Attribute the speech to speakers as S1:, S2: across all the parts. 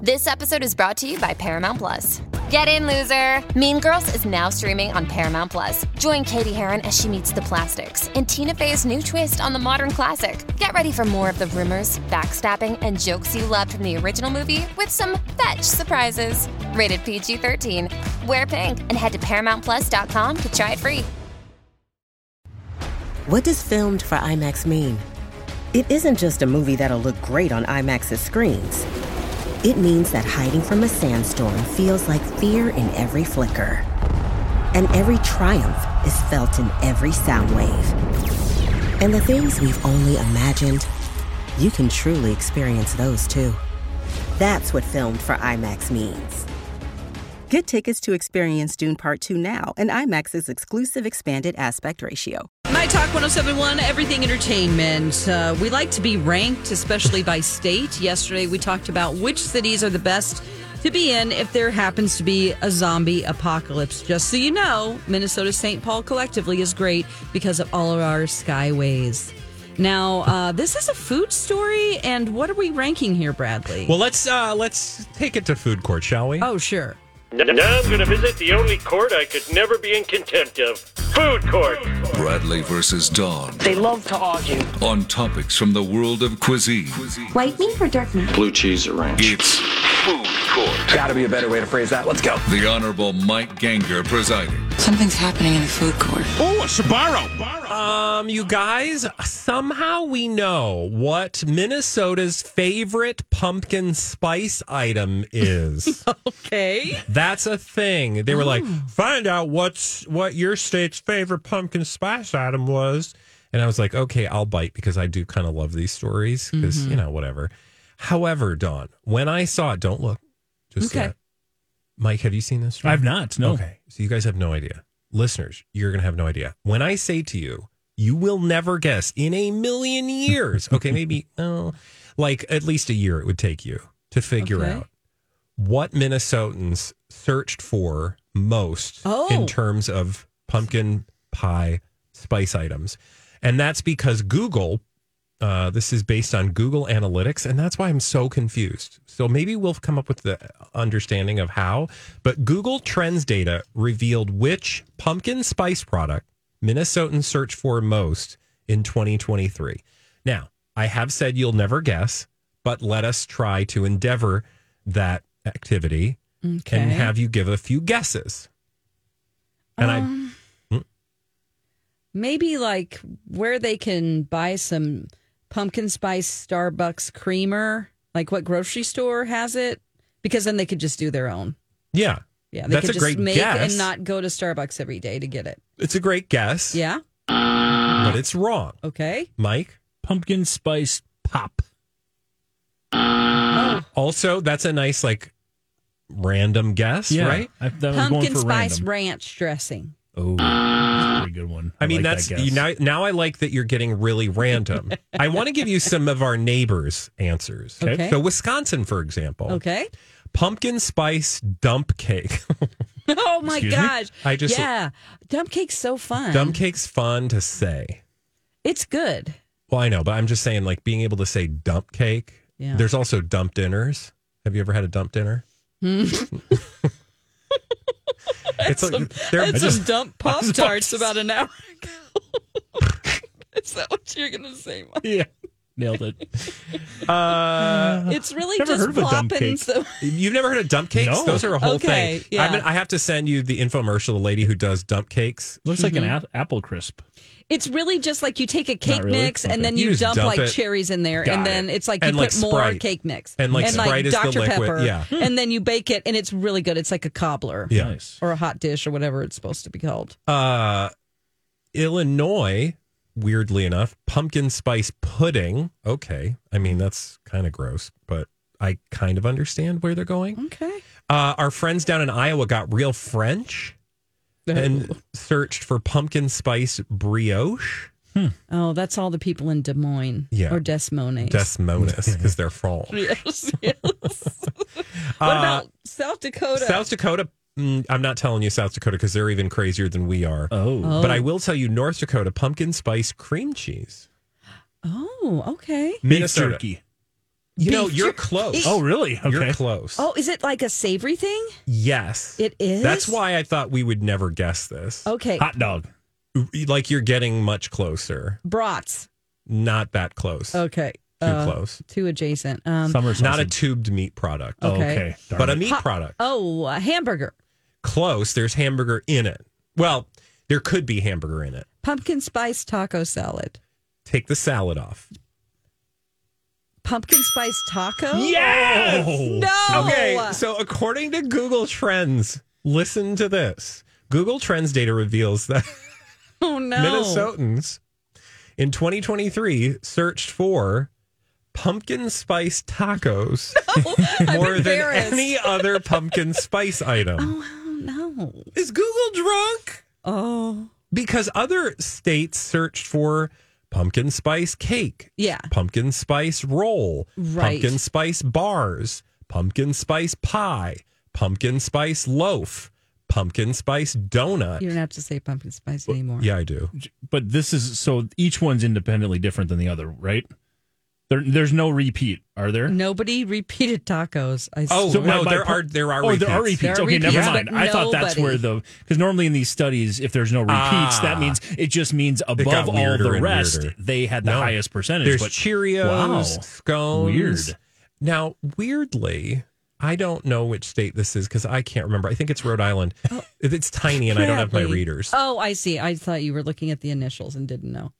S1: This episode is brought to you by Paramount Plus. Get in, loser! Mean Girls is now streaming on Paramount Plus. Join Katie Heron as she meets the plastics in Tina Fey's new twist on the modern classic. Get ready for more of the rumors, backstabbing, and jokes you loved from the original movie with some fetch surprises. Rated PG 13. Wear pink and head to ParamountPlus.com to try it free.
S2: What does filmed for IMAX mean? It isn't just a movie that'll look great on IMAX's screens. It means that hiding from a sandstorm feels like fear in every flicker. And every triumph is felt in every sound wave. And the things we've only imagined, you can truly experience those too. That's what filmed for IMAX means. Get tickets to experience Dune Part 2 now and IMAX's exclusive expanded aspect ratio.
S3: My Talk 1071, Everything Entertainment. Uh, we like to be ranked, especially by state. Yesterday, we talked about which cities are the best to be in if there happens to be a zombie apocalypse. Just so you know, Minnesota St. Paul collectively is great because of all of our skyways. Now, uh, this is a food story, and what are we ranking here, Bradley?
S4: Well, let's uh, let's take it to food court, shall we?
S3: oh, sure.
S5: Now I'm going to visit the only court I could never be in contempt of food court.
S6: Bradley versus Dawn
S7: They love to argue.
S6: on topics from the world of cuisine.
S8: White meat or dark meat?
S9: blue cheese or ranch.
S6: It's food court.
S10: Gotta be a better way to phrase that. Let's go.
S6: The Honorable Mike Ganger presiding.
S11: Something's happening in the food court.
S4: Um, you guys, somehow we know what Minnesota's favorite pumpkin spice item is.
S3: Okay.
S4: That's a thing. They were like,
S3: Oh.
S4: find out what's what your state's favorite pumpkin spice item was. And I was like, okay, I'll bite because I do kind of love these stories because
S3: Mm-hmm.
S4: you know whatever. However, Dawn, when I saw it, don't look, just
S3: Okay.
S4: yet. Mike, have you seen this? story?
S12: I've not. No.
S4: Okay. So you guys have no idea. Listeners, you're going to have no idea. When I say to you, you will never guess in a million years. Okay, maybe, oh, like at least a year it would take you to figure
S3: Okay.
S4: out what Minnesotans searched for most
S3: Oh.
S4: in terms of pumpkin pie spice items. And that's because Google, uh, this is based on Google Analytics, and that's why I'm so confused. So maybe we'll come up with the understanding of how, but Google Trends data revealed which pumpkin spice product Minnesotans search for most in 2023. Now, I have said you'll never guess, but let us try to endeavor that activity
S3: Okay.
S4: and have you give a few guesses. And
S3: Um,
S4: Hmm?
S3: maybe like where they can buy some pumpkin spice Starbucks creamer, like what grocery store has it, because then they could just do their own.
S4: I, yeah,
S3: Yeah, they
S4: That's
S3: could
S4: a
S3: just
S4: great
S3: make
S4: guess.
S3: and not go to Starbucks every day to get it.
S4: it's a great guess,
S3: Yeah.
S4: but it's wrong.
S3: Okay.
S4: Mike,
S12: Pumpkin spice pop.
S4: also, that's a nice, like, random guess, right?
S12: I, that was
S3: Pumpkin
S12: going for
S3: spice
S12: random.
S3: ranch dressing.
S12: oh, that's a pretty good one.
S4: I mean,
S12: like
S4: that's
S12: that
S4: you
S12: guess.
S4: now, now I like that you're getting really random. I want to give you some of our neighbors' answers.
S3: Okay.
S4: So, Wisconsin, for example,
S3: Okay.
S4: pumpkin spice dump cake.
S3: Oh my
S12: Excuse me?
S3: gosh.
S4: I just-
S3: yeah. Dump cake's so fun.
S4: dump cake's fun to say.
S3: It's good.
S4: Well, I know, but I'm just saying, like being able to say dump cake.
S3: Yeah.
S4: There's also dump dinners. Have you ever had a dump dinner? it's like
S3: I
S4: they're
S3: had
S4: just
S3: some dump pop tarts about an hour ago. Is that what you're gonna say? Mike?
S12: yeah, nailed it.
S4: uh,
S3: It's really
S12: Never
S3: just
S12: heard of a dump
S3: plopping
S12: cake.
S3: some-
S4: you've never heard of dump cakes?
S12: No.
S4: Those are a whole
S3: Okay,
S4: thing.
S3: yeah.
S4: I, I have to send you the infomercial. The lady who does dump cakes.
S12: Looks like an ap- apple crisp.
S3: It's really just like you take a cake
S12: really?
S3: mix
S12: Okay.
S3: and then
S4: You
S3: you,
S4: just
S3: dump,
S4: dump
S3: like
S4: it.
S3: cherries in there,
S4: Got
S3: and then
S4: it.
S3: it's like you
S4: And, like,
S3: put more
S4: Sprite.
S3: cake mix
S4: And, like, Sprite is the
S3: Dr
S4: liquid,
S3: Pepper,
S4: yeah. Hmm.
S3: and then you bake it, and it's really good. It's like a cobbler
S4: Yeah.
S12: Nice.
S3: or a hot dish or whatever it's supposed to be called.
S4: Uh, Illinois, weirdly enough, pumpkin spice pudding. Okay, I mean that's kind of gross, but I kind of understand where they're going.
S3: Okay,
S4: Uh, our friends down in Iowa got real French and searched for pumpkin spice brioche
S3: oh, that's all the people in Des Moines,
S4: Yeah.
S3: or Des Moines.
S4: desmonas because they're fall.
S3: yes, yes. what about South Dakota?
S4: Uh, South Dakota. mm, I'm not telling you South Dakota because they're even crazier than we are.
S12: Oh,
S3: Oh.
S4: But I will tell you North Dakota pumpkin spice cream cheese.
S3: oh, okay.
S12: beef
S4: Minnesota.
S12: jerky.
S4: You know, you're close.
S12: Oh, really? Okay.
S4: You're close.
S3: Oh, is it like a savory thing?
S4: Yes.
S3: It is? Oh.
S4: That's why I thought we would never guess this.
S3: Okay.
S12: Hot dog.
S4: Like you're getting much closer.
S3: Brats.
S4: Not that close.
S3: Okay. uh,
S4: Too close.
S3: Too adjacent. Um,
S12: Summer
S4: Not a
S12: sausage.
S4: tubed meat product,
S3: Oh,
S12: okay.
S3: okay.
S12: darn
S4: but a
S12: it.
S4: meat product.
S3: oh, a hamburger.
S4: Close. There's hamburger in it. Well, there could be hamburger in it.
S3: Pumpkin spice taco salad.
S4: Take the salad off.
S3: Pumpkin spice taco?
S4: Yes!
S12: Oh.
S3: No.
S4: Okay, so according to Google Trends, listen to this. Google Trends data reveals that
S3: Oh, no.
S4: Minnesotans in 2023 searched for pumpkin spice tacos
S3: I'm
S4: more than
S3: embarrassed.
S4: any other pumpkin spice item.
S3: Oh, no.
S4: Is Google drunk?
S3: Oh,
S4: Because other states searched for pumpkin spice cake,
S3: yeah.
S4: pumpkin spice roll,
S3: Right.
S4: pumpkin spice bars, pumpkin spice pie, pumpkin spice loaf, pumpkin spice donut.
S3: You don't have to say pumpkin spice anymore.
S4: yeah, I do.
S12: But this is so each one's independently different than the other, right? There, there's no repeat, are there?
S3: Nobody repeated tacos. I
S4: Oh,
S3: swear.
S4: no,
S12: my-
S4: there
S12: my-
S4: are- there are
S12: oh, there are
S4: repeats.
S12: repeats.
S3: There are
S12: okay,
S3: repeats,
S12: never mind.
S3: but
S12: I thought that's
S3: nobody-
S12: where the because normally in these studies, if there's no repeats,
S4: Ah.
S12: that means it just means
S4: got
S12: above all
S4: weirder
S12: the
S4: and
S12: rest
S4: weirder.
S12: they had the
S4: No.
S12: highest percentage.
S4: There's
S12: but
S4: Cheerios,
S12: Wow.
S4: scones.
S12: Weird.
S4: Now, weirdly, I don't know which state this is because I can't remember. I think it's Rhode Island. It's tiny, and I don't have my
S3: Oh. Apparently.
S4: readers.
S3: Oh, I see. I thought you were looking at the initials and didn't know.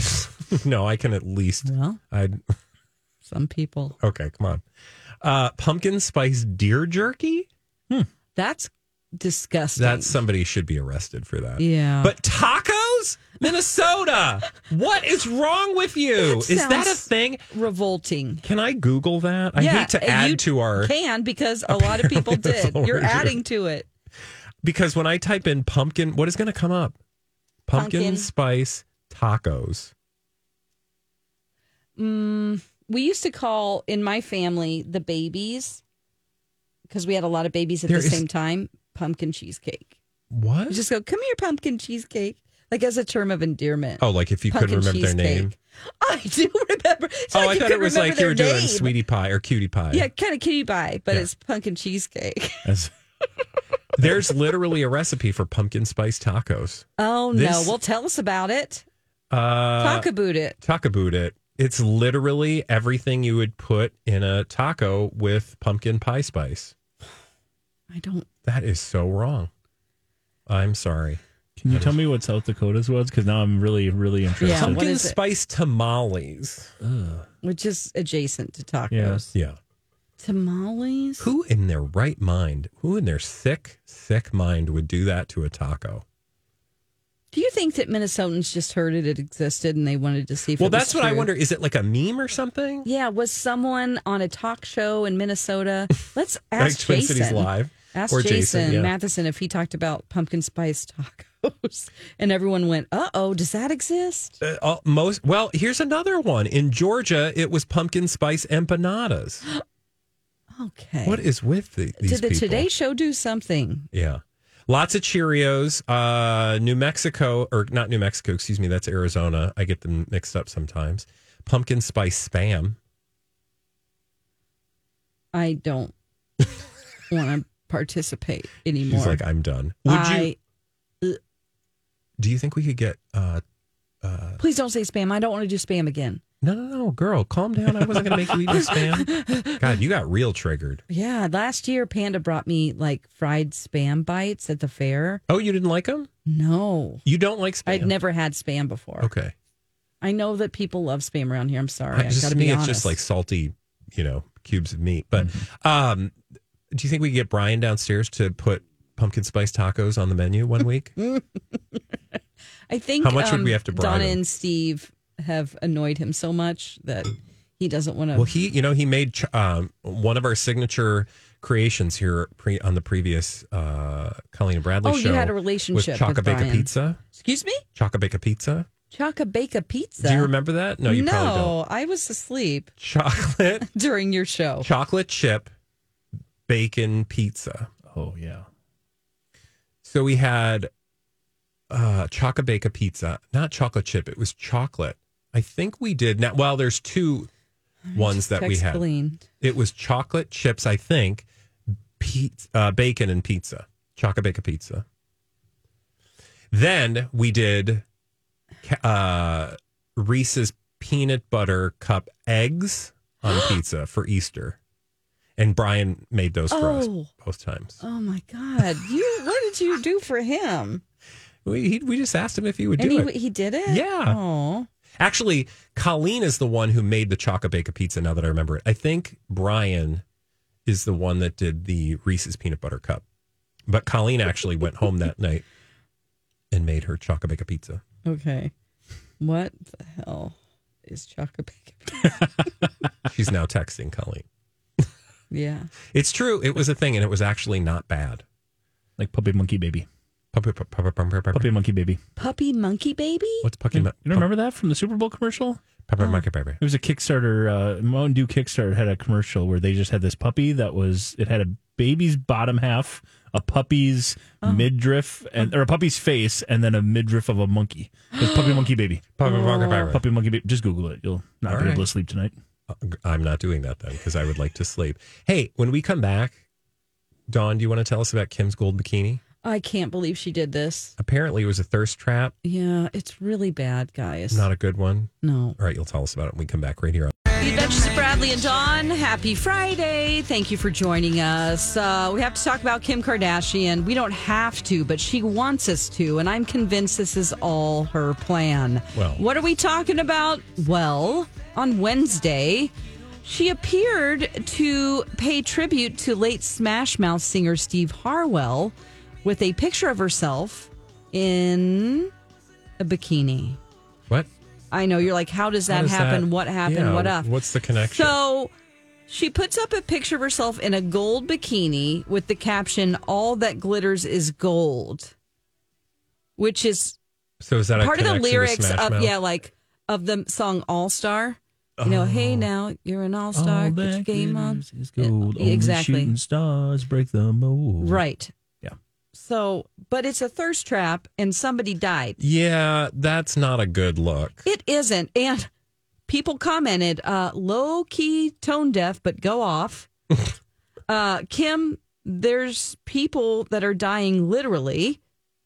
S3: Oh.
S4: no, I can at least.
S3: Well,
S4: I
S3: some people.
S4: okay, come on. Uh, pumpkin spice deer jerky.
S3: That's disgusting.
S4: That somebody should be arrested for that.
S3: Yeah.
S4: But tacos, Minnesota. what is wrong with you?
S3: That
S4: is that a
S3: sounds-
S4: thing?
S3: revolting.
S4: Can I Google that? I
S3: yeah,
S4: hate to
S3: and
S4: add
S3: you
S4: to our
S3: can because a lot of people
S4: Apparently that's
S3: did.
S4: all
S3: You're
S4: we're
S3: adding to it.
S4: because when I type in pumpkin, what is going to come up? Pumpkin,
S3: Pumpkin.
S4: spice tacos.
S3: Mm, we used to call in my family the babies because we had a lot of babies at
S4: There
S3: the
S4: is-
S3: same time. Pumpkin cheesecake.
S4: What?
S3: We just go, come here, pumpkin cheesecake, like as a term of endearment.
S4: oh, like if you couldn't
S3: Pumpkin
S4: remember their
S3: cheesecake.
S4: name.
S3: I do remember. It's
S4: oh,
S3: not
S4: I
S3: you
S4: thought it
S3: couldn't
S4: was
S3: remember
S4: like you
S3: their
S4: were doing
S3: name.
S4: sweetie pie or cutie pie.
S3: Yeah, kind of kitty pie, but
S4: Yeah.
S3: it's pumpkin cheesecake.
S12: As-
S4: There's literally a recipe for pumpkin spice tacos.
S3: Oh
S4: This-
S3: no! Well, tell us about it.
S4: Uh,
S3: Talk about it.
S4: talk about it. It's literally everything you would put in a taco with pumpkin pie spice.
S3: I don't.
S4: That is so wrong. I'm sorry.
S12: Can you tell me what South Dakota's was? Because now I'm really, really interested.
S3: Yeah, what
S4: Pumpkin
S3: is it?
S4: spice tamales.
S3: Which is adjacent to tacos.
S12: Yeah.
S4: Yeah.
S3: Tamales.
S4: Who in their right mind, who in their sick, sick mind would do that to a taco?
S3: Do you think that Minnesotans just heard it, it existed and they wanted to see if
S4: Well,
S3: it was
S4: that's what I
S3: true?
S4: wonder. Is it like a meme or something?
S3: Yeah, was someone on a talk show in Minnesota? Let's ask
S4: like Twin
S3: Jason.
S4: Cities Live?
S3: Ask
S4: or
S3: Jason,
S4: Jason, yeah.
S3: Matheson if he talked about pumpkin spice tacos, and everyone went, "Uh oh, does that exist?"
S4: Uh, uh, most well, here's another one. In Georgia, it was pumpkin spice empanadas.
S3: Okay.
S4: What is with the, these
S3: Did the
S4: people?
S3: Today Show do something?
S4: Yeah. Lots of Cheerios. Uh, New Mexico, or not New Mexico, excuse me, that's Arizona. I get them mixed up sometimes. Pumpkin spice spam.
S3: I don't want to participate
S4: She's
S3: anymore.
S4: like, I'm done. Would you?
S3: I
S4: Do you think we could get uh,
S3: please don't say spam. I don't want to do spam again.
S4: No, no, no, girl, calm down. I wasn't going to make you eat this spam. God, you got real triggered.
S3: Yeah, last year Panda brought me like fried spam bites at the fair.
S4: Oh, you didn't like them?
S3: No,
S4: You don't like spam?
S3: I'd never had spam before.
S4: Okay.
S3: I know that people love spam around here. I'm sorry.
S4: I-
S3: I,
S4: just
S3: gotta
S4: to me,
S3: be
S4: it's
S3: honest. Mm-hmm.
S4: just like salty, you know, cubes of meat. But um, do you think we could get Brian downstairs to put pumpkin spice tacos on the menu
S3: Mm-hmm.
S4: one week?
S3: I think
S4: How much would
S3: um,
S4: we have to bribe
S3: Donna
S4: him?
S3: and Steve have annoyed him so much that he doesn't want to.
S4: well, he, you know, he made ch- um, one of our signature creations here pre- on the previous uh, Colleen and Bradley
S3: Oh, you
S4: show.
S3: had a relationship
S4: with
S3: with
S4: Chocabaca
S3: Brian.
S4: Pizza.
S3: Excuse me,
S4: Chocabaca Pizza.
S3: Chaka Bake a Pizza.
S4: Do you remember that? No, you probably don't.
S3: no, I was asleep
S4: Chocolate
S3: during your show.
S4: chocolate chip bacon pizza.
S12: Oh, yeah.
S4: So we had uh chocobaca pizza, not chocolate chip, it was chocolate. I think we did now well there's two ones that we
S3: Text
S4: had.
S3: Colleen.
S4: It was chocolate chips, I think, pizza, uh, bacon and pizza, chocolate pizza. Then we did ca- uh, Reese's peanut butter cup eggs on pizza for Easter, and Brian made those for us
S3: Oh.
S4: both times.
S3: Oh my God! You what did you do for him?
S4: We he, we just asked him if he would
S3: and
S4: do
S3: he
S4: it.
S3: he did it.
S4: Yeah.
S3: Oh,
S4: Actually, Colleen is the one who made the Choco Bacon pizza. Now that I remember it, I think Brian is the one that did the Reese's peanut butter cup. But Colleen actually went home that night and made her Choco Bacon pizza.
S3: okay. What the hell is chocolate bacon?
S4: She's now texting Colleen.
S3: yeah.
S4: It's true. It was a thing, and it was actually not bad.
S12: like puppy monkey baby,
S4: Puppy, pu- pu- pu- pu- pu- pu-
S12: puppy monkey baby.
S3: Puppy monkey baby.
S4: What's puppy?
S12: You don't remember that from the Super Bowl commercial?
S4: Puppy monkey baby.
S12: It was a Kickstarter. Uh, Mountain Dew Kickstarter had a commercial where they just had this puppy that was it had a baby's bottom half, a puppy's
S10: Oh.
S12: midriff, and or a puppy's face, and then a midriff of a monkey. It was puppy monkey baby.
S4: Puppy monkey baby.
S12: Puppy monkey baby. Just Google it. You'll not
S4: All
S12: be able
S4: right.
S12: to sleep tonight.
S4: I'm not doing that then because I would like to sleep. Hey, when we come back, Dawn, do you want to tell us about Kim's gold bikini?
S3: I can't believe she did this.
S4: Apparently, it was a thirst trap.
S3: Yeah, it's really bad, guys.
S4: Not a good one.
S3: no.
S4: All right, you'll tell us about it when we come back right here.
S3: The Adventures of Bradley and Dawn. Happy Friday. Thank you for joining us. Uh, we have to talk about Kim Kardashian. We don't have to, but she wants us to, and I'm convinced this is all her plan.
S4: Well.
S3: what are we talking about? Well, on Wednesday, she appeared to pay tribute to late Smash Mouth singer Steve Harwell with a picture of herself in a bikini.
S4: What?
S3: I know you're like, how does that
S4: How does
S3: happen?
S4: that-
S3: what happened?
S4: yeah,
S3: what up?
S4: what's the connection?
S3: So she puts up a picture of herself in a gold bikini with the caption, "All that glitters is gold," which is
S4: So is that
S3: part
S4: a
S3: of the
S4: connection to
S3: lyrics
S4: Smash
S3: of
S4: Mouth?
S3: yeah, like of the song All Star. You know, hey
S4: Oh.
S3: now you're an all star. Get your game on. Yeah, exactly.
S12: stars break the mold.
S3: Right.
S12: Yeah.
S3: So, but it's a thirst trap, and somebody died.
S4: Yeah, that's not a good look.
S3: It isn't. And people commented, uh, low key tone deaf, but go off. uh, Kim, there's people that are dying literally.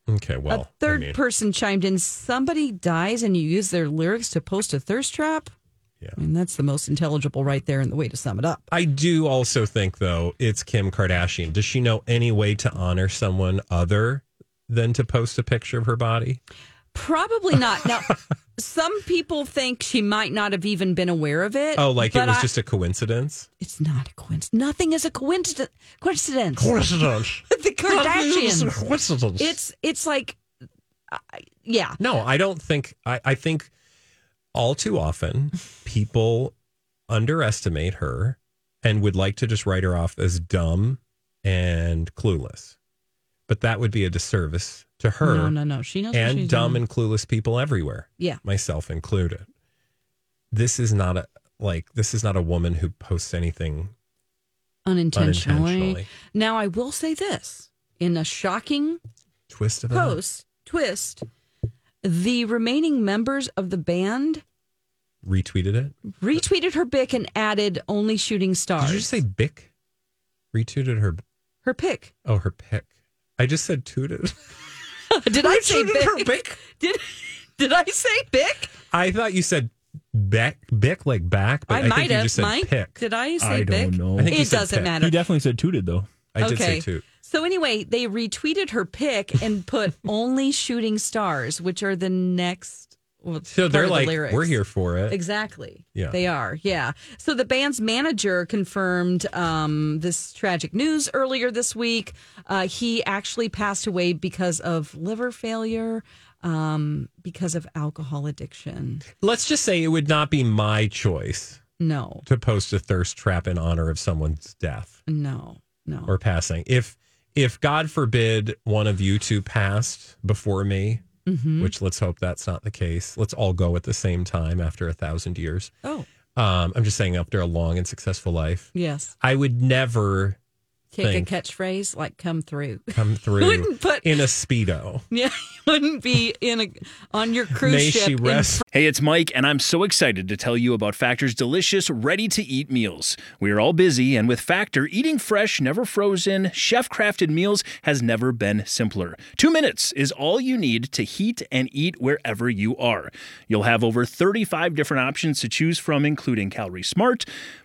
S4: Okay, well,
S3: a
S4: I
S3: third
S4: mean,
S3: person chimed in, somebody dies and you use their lyrics to post a thirst trap.
S4: Yeah.
S3: I mean, that's the most intelligible right there and the way to sum it up.
S4: I do also think though it's Kim Kardashian. Does she know any way to honor someone other than to post a picture of her body?
S3: Probably not. Now, some people think she might not have even been aware of it.
S4: Oh, like it
S3: Uh, but
S4: was
S3: I-
S4: just a coincidence.
S3: It's not a coincidence. Nothing is a coincidence. Coincidence.
S4: Coincidence.
S3: the Kardashians.
S4: coincidence.
S3: It's it's like, I yeah,
S4: No, I don't think. I, I think all too often people underestimate her and would like to just write her off as dumb and clueless. But that would be a disservice to her
S3: No, no, no. She knows what
S4: and
S3: she's
S4: dumb
S3: doing.
S4: and clueless people everywhere,
S3: yeah.
S4: myself included. This is not a like. This is not a woman who posts anything
S3: Unintentionally.
S4: unintentionally.
S3: Now I will say this in a shocking
S4: Twist of a
S3: post twist, the remaining members of the band
S4: retweeted it.
S3: retweeted her pic and added only shooting stars.
S4: Did you just say Bick? Retweeted her.
S3: her pic?
S4: Oh, her pick. I just said tooted.
S3: Did I say
S4: Retweeted her
S3: pic?
S4: pic?
S3: Did did I say pic?
S4: I thought you said Beck, Bick like back, but I,
S3: might
S4: think
S3: have.
S4: you just said
S3: Mike,
S4: pick.
S3: did I say
S12: I
S3: pic?
S12: don't know.
S4: I think you
S3: It
S4: said
S3: doesn't
S4: pic.
S3: matter.
S12: He definitely said tooted though.
S4: I did say toot.
S3: So anyway, they retweeted her pic and put only shooting stars, which are the next. Well,
S4: So
S3: part
S4: they're
S3: of the
S4: like,
S3: lyrics.
S4: we're here for it.
S3: Exactly.
S4: Yeah.
S3: They are. Yeah. So the band's manager confirmed um, this tragic news earlier this week. Uh, he actually passed away because of liver failure, um, because of alcohol addiction.
S4: Let's just say it would not be my choice
S3: No,
S4: to post a thirst trap in honor of someone's death
S3: no, no.
S4: or passing. If if God forbid one of you two passed before me,
S3: Mm-hmm.
S4: which let's hope that's not the case. Let's all go at the same time after a thousand years.
S3: oh,
S4: Um, I'm just saying after a long and successful life.
S3: yes.
S4: I would never
S3: Take
S4: Thank-
S3: a catchphrase like come through.
S4: come through
S3: Wouldn't put-
S4: in a speedo.
S3: Yeah. wouldn't be in a on your cruise
S4: May
S3: ship.
S4: she
S3: in
S4: rest.
S7: Hey, it's Mike, and I'm so excited to tell you about Factor's delicious, ready to eat meals. We are all busy, and with Factor, eating fresh, never frozen, chef crafted meals has never been simpler. Two minutes is all you need to heat and eat wherever you are. You'll have over 35 different options to choose from, including Calorie Smart,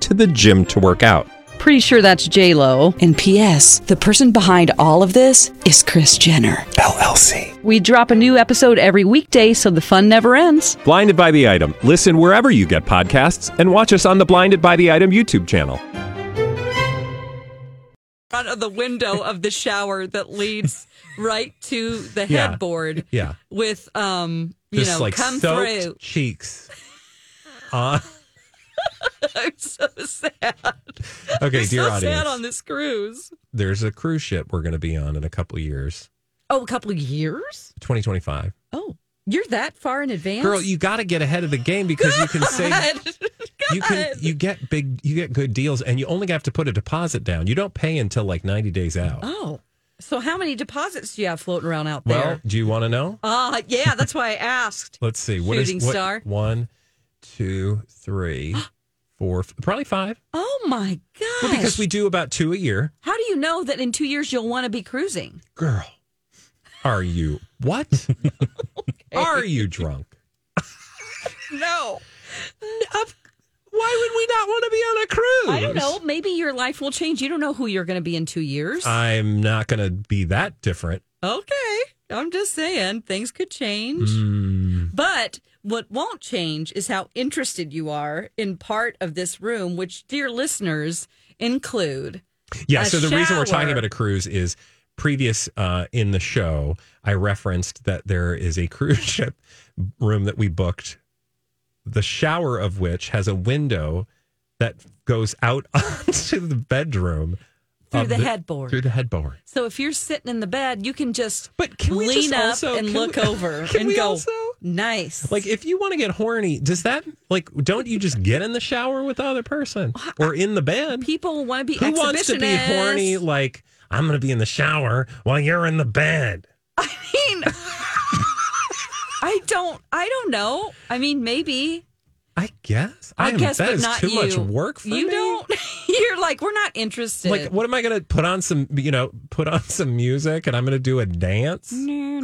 S4: to the gym to work out.
S3: Pretty sure that's J Lo.
S11: And P.S. The person behind all of this is Chris Jenner.
S4: LLC.
S3: We drop a new episode every weekday, so the fun never ends.
S4: Blinded by the Item. Listen wherever you get podcasts and watch us on the Blinded by the Item YouTube channel.
S3: Front of the window of the shower that leads right to the
S4: Yeah.
S3: headboard
S4: Yeah.
S3: with um you know come
S4: soaked
S3: through.
S4: cheeks. Uh,
S3: I'm so sad.
S4: okay,
S3: I'm
S4: dear
S3: so
S4: audience.
S3: sad on this cruise.
S4: There's a cruise ship we're going to be on in a couple of years,
S3: Oh, a couple of years?
S4: 2025.
S3: Oh, you're that far in advance?
S4: Girl, you got to get ahead of the game because you can save
S3: God.
S4: you can
S3: God.
S4: you get big you get good deals and you only have to put a deposit down. You don't pay until like 90 days out.
S3: Oh. So how many deposits do you have floating around out there?
S4: well, do you want to know?
S3: Uh, yeah, that's why I asked.
S4: Let's see. What is
S3: Shooting
S4: what,
S3: star.
S4: One, two, three, four, f- probably five.
S3: Oh my gosh.
S4: Well, because we do about two a year.
S3: How do you know that in two years you'll want to be cruising?
S4: Girl, are you what? Are you drunk?
S3: No.
S4: Why would we not want to be on a cruise?
S3: I don't know. Maybe your life will change. You don't know who you're going to be in two years.
S4: I'm not going to be that different.
S3: okay. I'm just saying things could change.
S4: Mm.
S3: But what won't change is how interested you are in part of this room, which, dear listeners, include.
S4: Yeah.
S3: A
S4: so the reason we're talking
S3: shower.
S4: about a cruise is previous uh, in the show, I referenced that there is a cruise ship room that we booked, the shower of which has a window that goes out onto the bedroom
S3: Through
S4: of
S3: the headboard.
S4: Through the headboard.
S3: So if you're sitting in the bed, you can just
S4: But can we
S3: lean
S4: just
S3: up
S4: also-
S3: and
S4: can
S3: look
S4: we-
S3: over
S4: can
S3: and
S4: we
S3: go,
S4: also-
S3: nice.
S4: Like, if you want to get horny, does that like? Don't you just get in the shower with the other person or in the bed?
S3: people want to be
S4: Who wants to be horny?
S3: exhibitionists.
S4: Like, I'm going to be in the shower while you're in the bed.
S3: I mean, I don't. I don't know. I mean, maybe.
S4: I guess.
S3: I,
S4: am-
S3: guess,
S4: that
S3: but
S4: is
S3: not
S4: too
S3: you.
S4: much work for
S3: you
S4: me.
S3: don't. You're like, we're not interested.
S4: Like, what am I going to put on some? You know, put on some music, and I'm going to do a dance. no,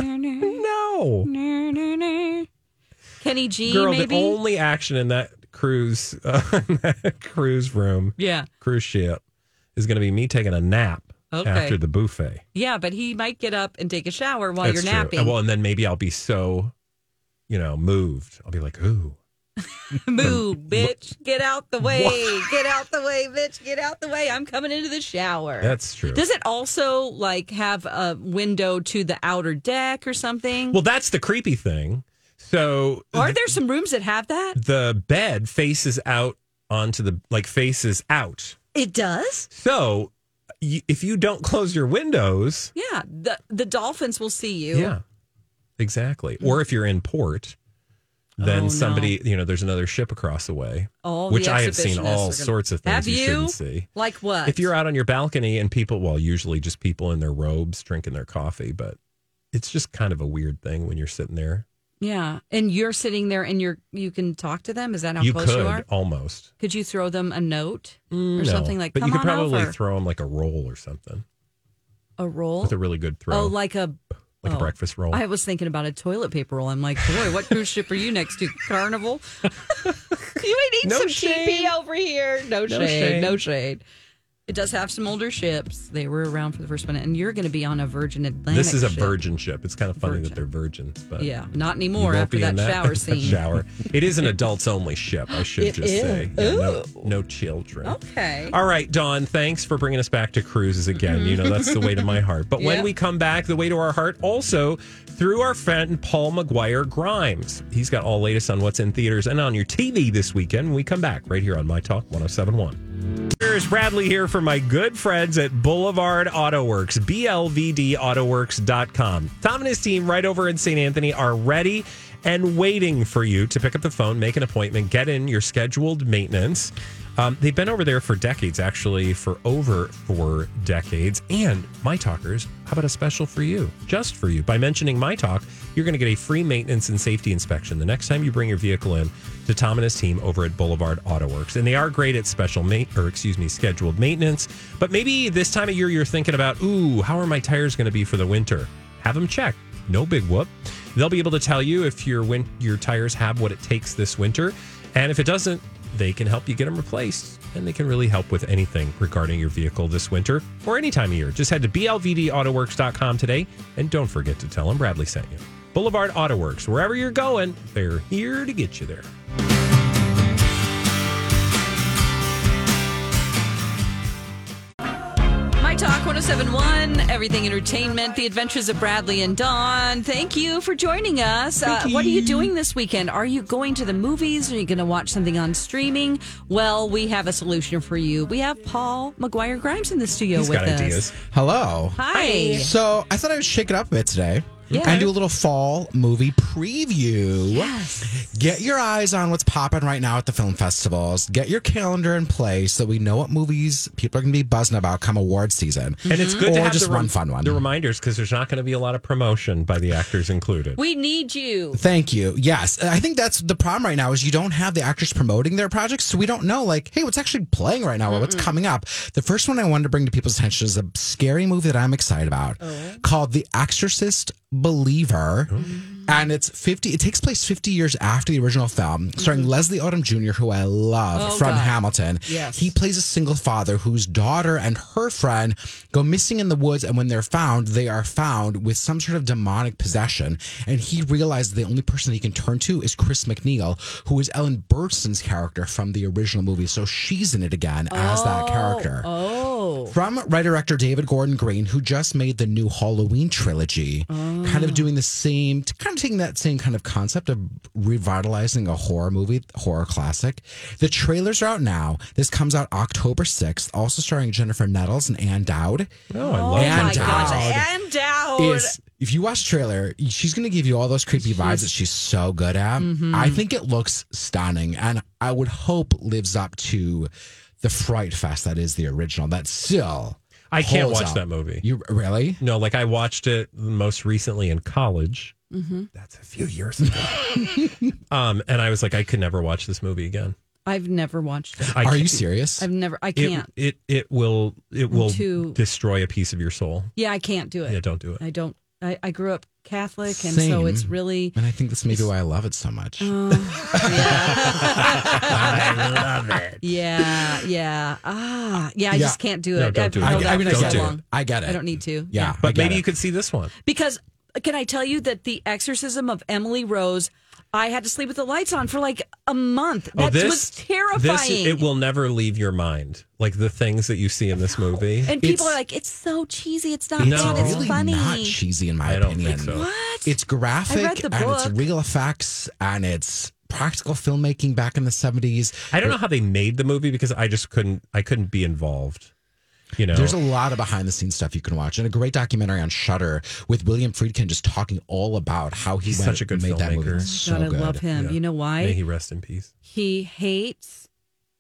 S3: Kenny G,
S4: girl.
S3: maybe.
S4: The only action in that cruise, uh, in that cruise room,
S3: yeah,
S4: cruise ship, is going to be me taking a nap
S3: Okay.
S4: after the buffet.
S3: yeah, but he might get up and take a shower while
S4: That's
S3: you're
S4: true.
S3: napping.
S4: And, well, and then maybe I'll be so, you know, moved. I'll be like, ooh.
S3: Move, bitch. Get out the way. Get out the way, bitch. Get out the way. I'm coming into the shower.
S4: That's true.
S3: Does it also like have a window to the outer deck or something?
S4: Well, that's the creepy thing. So
S3: Are there some rooms that have that?
S4: the bed faces out onto the like faces out.
S3: It does.
S4: So y- if you don't close your windows,
S3: Yeah. The the dolphins will see you.
S4: yeah, exactly. Or if you're in port, then
S3: Oh,
S4: somebody you know there's another ship across the way,
S3: All the
S4: which I have
S3: exhibitionists
S4: seen all
S3: are gonna-
S4: sorts of things
S3: Have
S4: you
S3: you?
S4: shouldn't see.
S3: Like what?
S4: If you're out on your balcony and people, well, usually just people in their robes drinking their coffee, but it's just kind of a weird thing when you're sitting there.
S3: yeah, and you're sitting there and you're you can talk to them. Is that how
S4: you
S3: close
S4: could
S3: you are?
S4: almost
S3: Could you throw them a note
S4: Mm,
S3: or
S4: no.
S3: something like?
S4: but
S3: Come
S4: you could
S3: on
S4: probably
S3: over.
S4: throw them like a roll or something
S3: a roll.
S4: with a really good throw.
S3: Oh, like a
S4: like a
S3: Oh.
S4: breakfast roll.
S3: I was thinking about a toilet paper roll. I'm like, boy, what cruise ship are you next to? Carnival? you ain't eat
S4: No
S3: some
S4: shade.
S3: cheapy over here. No, shade,
S4: shade.
S3: No shade. It does have some older ships. They were around for the first one, and you're going to be on a Virgin Atlantic.
S4: this is a
S3: ship.
S4: virgin ship. It's kind of funny
S3: Virgin.
S4: that they're virgins, but
S3: Yeah, not
S4: you
S3: anymore
S4: won't
S3: after
S4: be
S3: that,
S4: in
S3: shower scene.
S4: shower. It is an adults only ship. I should
S3: It
S4: just
S3: is.
S4: say, Yeah, no, no children.
S3: Okay.
S4: All right, Dawn, thanks for bringing us back to cruises again. You
S3: Mm-hmm.
S4: know, that's the way to my heart. But when
S3: Yep.
S4: we come back, the way to our heart also through our friend Paul McGuire Grimes. He's got all latest on what's in theaters and on your TV this weekend when we come back right here on My Talk 1071. Here's Bradley here for my good friends at Boulevard Autoworks, blvdautoworks.com. Tom and his team right over in St. Anthony are ready and waiting for you to pick up the phone, make an appointment, get in your scheduled maintenance. Um, they've been over there for decades, actually, for over four decades. And My Talkers, how about a special for you, just for you? By mentioning My Talk, you're going to get a free maintenance and safety inspection the next time you bring your vehicle in to Tom and his team over at Boulevard Auto Works. And they are great at special ma- or excuse me, scheduled maintenance. But maybe this time of year you're thinking about, ooh, how are my tires going to be for the winter? Have them checked. No big whoop. They'll be able to tell you if your win- your tires have what it takes this winter, and if it doesn't, they can help you get them replaced. And they can really help with anything regarding your vehicle this winter or any time of year. Just head to blvdautoworks.com today, and don't forget to tell them Bradley sent you. Boulevard Autoworks, wherever you're going, they're here to get you there.
S3: My Talk 1071, Everything Entertainment, The Adventures of Bradley and Dawn. Thank you for joining us. Uh, what are you doing this weekend? Are you going to the movies? Are you going to watch something on streaming? Well, we have a solution for you. We have Paul McGuire Grimes in the studio
S4: He's
S3: with
S4: got
S3: us.
S4: ideas.
S9: Hello.
S3: Hi.
S9: So I thought I would shake it up a bit today
S3: Yeah.
S9: and do a little fall movie preview. Get your eyes on what's popping right now at the film festivals. Get your calendar in place so we know what movies people are going to be buzzing about come award season.
S4: And it's good
S9: or
S4: to have
S9: just
S4: the
S9: one fun one.
S4: the reminders because there's not going to be a lot of promotion by the actors included.
S3: We need you.
S9: Thank you. Yes, I think that's the problem right now is you don't have the actors promoting their projects, so we don't know like, hey, what's actually playing right now, or what's coming up. The first one I wanted to bring to people's attention is a scary movie that I'm excited about called The Exorcist Believer. And it's 50, it takes place 50 years after the original film, starring Leslie Odom Jr., who I love
S3: Oh,
S9: from
S3: God.
S9: Hamilton.
S3: Yes.
S9: He plays a single father whose daughter and her friend go missing in the woods. And when they're found, they are found with some sort of demonic possession. And he realizes the only person he can turn to is Chris McNeil, who is Ellen Burstyn's character from the original movie. So she's in it again as that character.
S3: Oh.
S9: From writer director David Gordon Green, who just made the new Halloween trilogy, kind of doing the same, kind of taking that same kind of concept of revitalizing a horror movie, horror classic. The trailers are out now. This comes out October 6th, also starring Jennifer Nettles and Ann Dowd.
S4: Oh, I
S3: Oh
S4: love
S9: And
S3: my gosh.
S9: Dowd
S3: And Dowd.
S9: Is if you watch the trailer, she's going to give you all those creepy vibes that she's so good at. I think it looks stunning, and I would hope lives up to the fright fest that is the original. That's still.
S4: I can't
S9: holds
S4: watch
S9: up.
S4: that movie.
S9: You really?
S4: no, like I watched it most recently in college.
S3: Mm-hmm.
S4: That's a few years ago. um, and I was like, I could never watch this movie again.
S3: I've never watched it.
S4: I
S9: Are you
S4: can't-
S9: serious?
S3: I've never, I
S4: It,
S3: can't.
S4: it it will it will
S3: too-
S4: destroy a piece of your soul.
S3: yeah, I can't do it.
S4: Yeah, don't do it.
S3: I don't. I, I grew up Catholic, and so
S9: Same.
S3: it's really.
S9: and I think that's maybe why I love it so much.
S3: Uh, Yeah, yeah. Ah, yeah, I
S9: Yeah.
S3: just can't do it.
S4: No, don't
S3: I've
S4: do it.
S9: I,
S3: held
S9: I
S3: out
S9: mean, I
S3: for
S4: Don't
S9: get
S3: so
S4: do
S9: it.
S3: long.
S9: I get it.
S3: I don't need to.
S9: Yeah, I
S4: But
S9: get
S4: maybe
S9: it.
S4: you could see this one.
S3: Because can I tell you that the exorcism of Emily Rose, I had to sleep with the lights on for like a month.
S9: Oh,
S3: That was terrifying.
S4: Oh, This, it will never leave your mind. Like the things that you see in this movie.
S3: and people
S9: it's-
S3: are like, it's so cheesy. It's not
S4: No.
S3: fun. It's
S9: really
S3: funny.
S9: not cheesy in my
S4: I don't
S9: opinion.
S4: think so.
S3: what?
S9: It's graphic
S3: I read the
S9: and it's
S3: book.
S9: real effects and it's practical filmmaking back in the 70s.
S4: I don't know how they made the movie because I just couldn't I couldn't be involved. You know.
S9: There's a lot of behind the scenes stuff you can watch, and a great documentary on Shutter with William Friedkin just talking all about how he
S4: He's
S9: went
S4: such a good
S9: and made that movie.
S4: filmmaker.
S9: It's so
S3: God, I
S9: good.
S3: love him.
S4: Yeah.
S3: You know why?
S4: May he rest in peace.
S3: he hates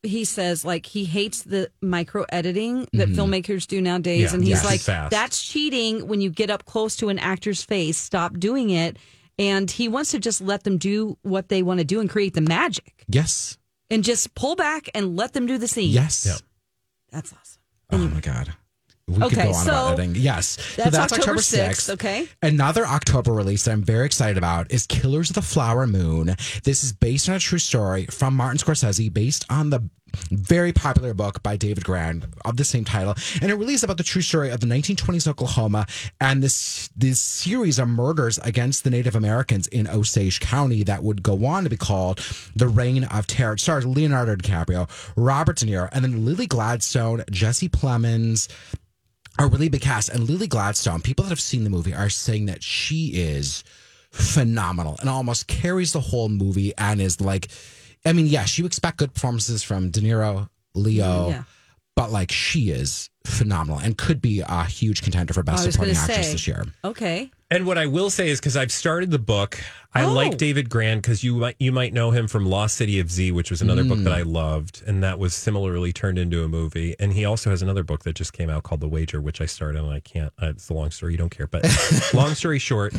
S3: he says like he hates the micro editing that filmmakers do nowadays
S4: Mm-hmm. Yeah,
S3: and he's
S9: yes.
S3: like
S4: Fast.
S3: that's cheating when you get up close to an actor's face stop doing it and he wants to just let them do what they want to do and create the magic
S9: Yes.
S3: and just pull back and let them do the scene
S9: Yes.
S4: Yeah.
S3: that's awesome
S9: Oh my God. we could
S3: Okay,
S9: go on about
S3: so
S9: editing. Yes. So
S3: That's, October, 6th, okay?
S9: Another October release that I'm very excited about is Killers of the Flower Moon. This is based on a true story from Martin Scorsese, based on the very popular book by David Grand of the same title, and it really is about the true story of the 1920s Oklahoma and this this series of murders against the Native Americans in Osage County that would go on to be called the Reign of Terror. It stars Leonardo DiCaprio, Robert De Niro, and then Lily Gladstone, Jesse Plemons are really big cast. And Lily Gladstone, people that have seen the movie are saying that she is phenomenal and almost carries the whole movie and is like, I mean, yes, you expect good performances from De Niro, Leo,
S3: Mm, Yeah.
S9: but like she is phenomenal and could be a huge contender for Best
S3: I was
S9: Supporting
S3: gonna
S9: Actress
S3: say.
S9: this year.
S3: Okay.
S4: And what I will say is because I've started the book, I
S3: Oh.
S4: like David Grand because you might you might know him from Lost City of Z, which was another book
S9: Mm.
S4: that I loved, and that was similarly turned into a movie. And he also has another book that just came out called The Wager, which I started and I can't. Uh, it's a long story. You don't care, but long story short.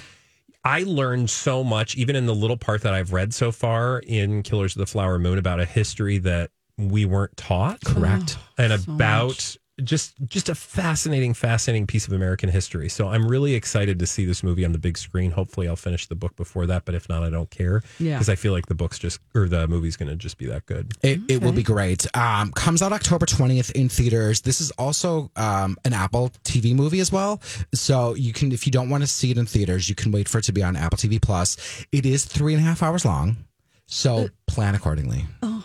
S4: I learned so much, even in the little part that I've read so far in Killers of the Flower Moon, about a history that we weren't taught.
S9: Correct.
S4: and about just just a fascinating, fascinating piece of American history. So I'm really excited to see this movie on the big screen. Hopefully, I'll finish the book before that, but if not, I don't care
S9: Yeah.
S4: because I feel like the book's just or the movie's going to just be that good.
S9: It, it will be great. Um, comes out October 20th in theaters. This is also um, an Apple TV movie as well. So you can, if you don't want to see it in theaters, you can wait for it to be on Apple TV Plus. It is three and a half hours long. So plan accordingly.
S3: Uh, Oh.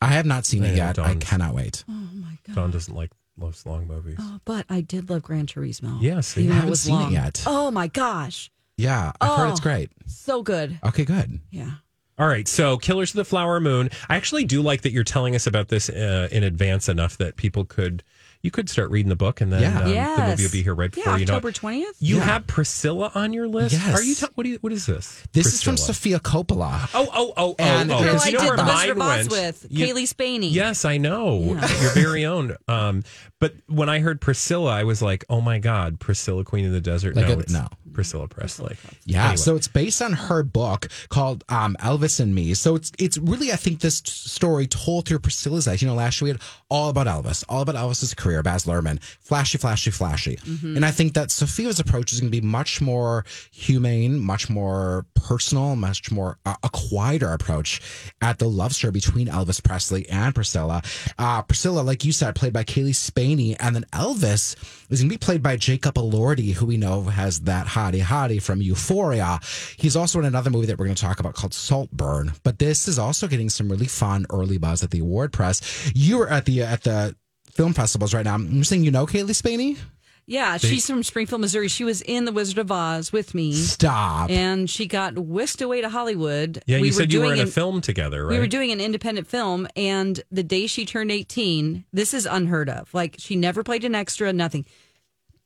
S9: I have not seen it
S4: Yeah,
S9: yet. I
S4: Dawn's-
S9: cannot wait.
S3: Oh my god.
S4: Don doesn't like loves long movies.
S3: Oh, but I did love Gran Turismo.
S4: Yeah, see.
S3: even though it
S4: I haven't
S3: was
S4: seen it
S3: long.
S4: yet.
S3: Oh my gosh,
S9: Yeah, I've heard it's
S3: Oh.
S9: great.
S3: so good.
S9: Okay, good.
S3: Yeah.
S4: All right, so Killers of the Flower Moon. I actually do like that you're telling us about this uh, in advance enough that people could you could start reading the book and then
S9: Yeah.
S4: um, the movie
S3: Yes.
S4: will be here right
S3: Yeah,
S4: before you know.
S3: October
S4: it.
S3: twentieth.
S4: You
S9: Yeah.
S4: have Priscilla on your list.
S9: Yes.
S4: Are you? T- what, do you what is this?
S9: This is from
S4: Priscilla.
S9: Sophia Coppola.
S4: Oh, oh, oh,
S9: And
S4: oh, oh.
S9: Girl,
S4: You
S3: I
S4: know
S3: did
S4: where
S3: the
S4: mine
S3: Mr. Boss
S4: went?
S3: with
S4: You-
S3: Kaylee Spaney.
S4: Yes, I know.
S3: Yeah.
S4: Your very own. Um, but when I heard Priscilla, I was like, oh my God, Priscilla, Queen of the Desert.
S9: Like
S4: no,
S9: a-
S4: it's
S9: no.
S4: Priscilla Presley.
S9: Yeah,
S4: Anyway.
S9: so it's based on her book called um, "Elvis and Me." So it's it's really I think this t- story told through Priscilla's eyes. You know, last year we had all about Elvis, all about Elvis's career, Baz Luhrmann, flashy, flashy, flashy, and I think that Sophia's approach is going to be much more humane, much more personal, much more uh, a quieter approach at the love story between Elvis Presley and Priscilla. Uh, Priscilla, like you said, played by Kaylee Spaney, and then Elvis is going to be played by Jacob Elordi, who we know has that hottie hottie from Euphoria. He's also in another movie that we're going to talk about called Saltburn. But this is also getting some really fun early buzz at the award press. You were at the at the film festivals right now. I'm saying you know Kaylee Spaney.
S3: Mm-hmm. Yeah, she's from Springfield, Missouri. She was in The Wizard of Oz with me,
S9: Stop.
S3: and she got whisked away to Hollywood.
S4: Yeah, you said you were in a
S3: an-
S4: film together, right?
S3: We were doing an independent film, and the day she turned 18, this is unheard of. Like, she never played an extra, nothing.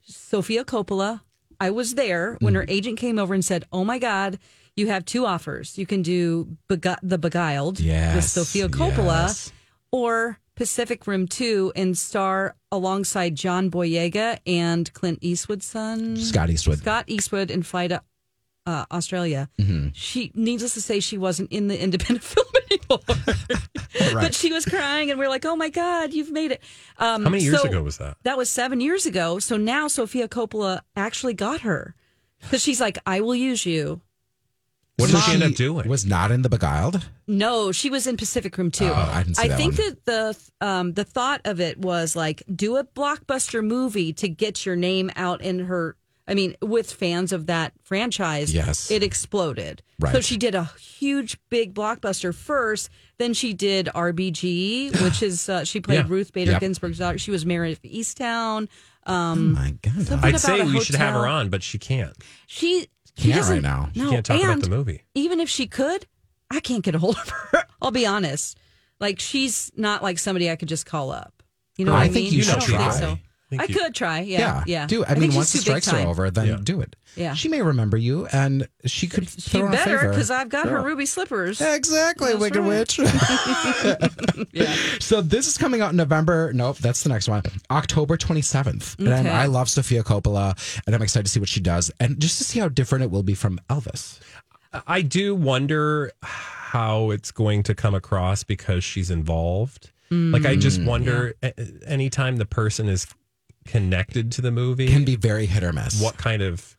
S3: Sophia Coppola, I was there when her
S9: Mm-hmm.
S3: agent came over and said, Oh my God, you have two offers. You can do Begu- The Beguiled with
S9: Yes,
S3: Sophia Coppola
S9: yes.
S3: or Pacific Rim 2 and star alongside John Boyega and Clint Eastwood's son.
S9: Scott Eastwood.
S3: Scott Eastwood and fly to uh, Australia.
S4: Mm-hmm.
S3: She, needless to say, she wasn't in the independent film anymore.
S9: Right.
S3: But she was crying, and we are like, "Oh my God, you've made it!" Um,
S4: How many years
S3: so
S4: ago was that?
S3: That was seven years ago. So now Sophia Coppola actually got her because she's like, "I will use you."
S4: What did she end up
S9: She
S4: doing?
S9: Was not in The Beguiled.
S3: No, she was in Pacific Rim too.
S9: Oh, I didn't see that
S3: think
S9: one.
S3: that the um, the thought of it was like, do a blockbuster movie to get your name out in her. I mean, with fans of that franchise,
S9: Yes.
S3: it exploded. So
S9: Right.
S3: she did a huge, big blockbuster first. Then she did RBG, which is uh, she played
S4: Yeah.
S3: Ruth Bader
S9: Yep.
S3: Ginsburg's daughter. She was Mary of Easttown.
S9: Oh
S3: Um,
S9: my god.
S3: something
S4: I'd
S3: about
S4: say
S3: a
S4: we should have her
S3: hotel.
S4: on, but she can't.
S3: She she
S9: Can't right
S3: doesn't
S9: now.
S4: She
S3: No,
S4: can't talk about
S3: and
S4: the movie.
S3: even if she could, I can't get a hold of her. I'll be honest. Like she's not like somebody I could just call up. You know
S9: I
S3: what I mean?
S9: think you
S3: I
S9: should
S3: don't think
S9: try.
S3: so.
S4: Think
S3: I
S4: you-
S3: could try. Yeah. Yeah.
S9: Do I,
S3: think
S9: mean
S3: she's
S9: once the
S3: too big
S9: strikes are
S3: time.
S9: over, then
S4: Yeah.
S9: do it.
S3: Yeah.
S9: She may remember you, and she could
S3: She
S9: throw in a
S3: better
S9: favor.
S3: because I've got her
S9: Yeah.
S3: ruby slippers.
S9: Exactly,
S3: That's
S9: Wicked
S3: right.
S9: Witch. So this is coming out in November. Nope, that's the next one. October 27th. And I'm-
S3: Okay.
S9: I love Sophia Coppola, and I'm excited to see what she does and just to see how different it will be from Elvis.
S4: I do wonder how it's going to come across because she's involved. Like I just wonder a- anytime the person is connected to the movie
S9: can be very hit or miss.
S4: What kind of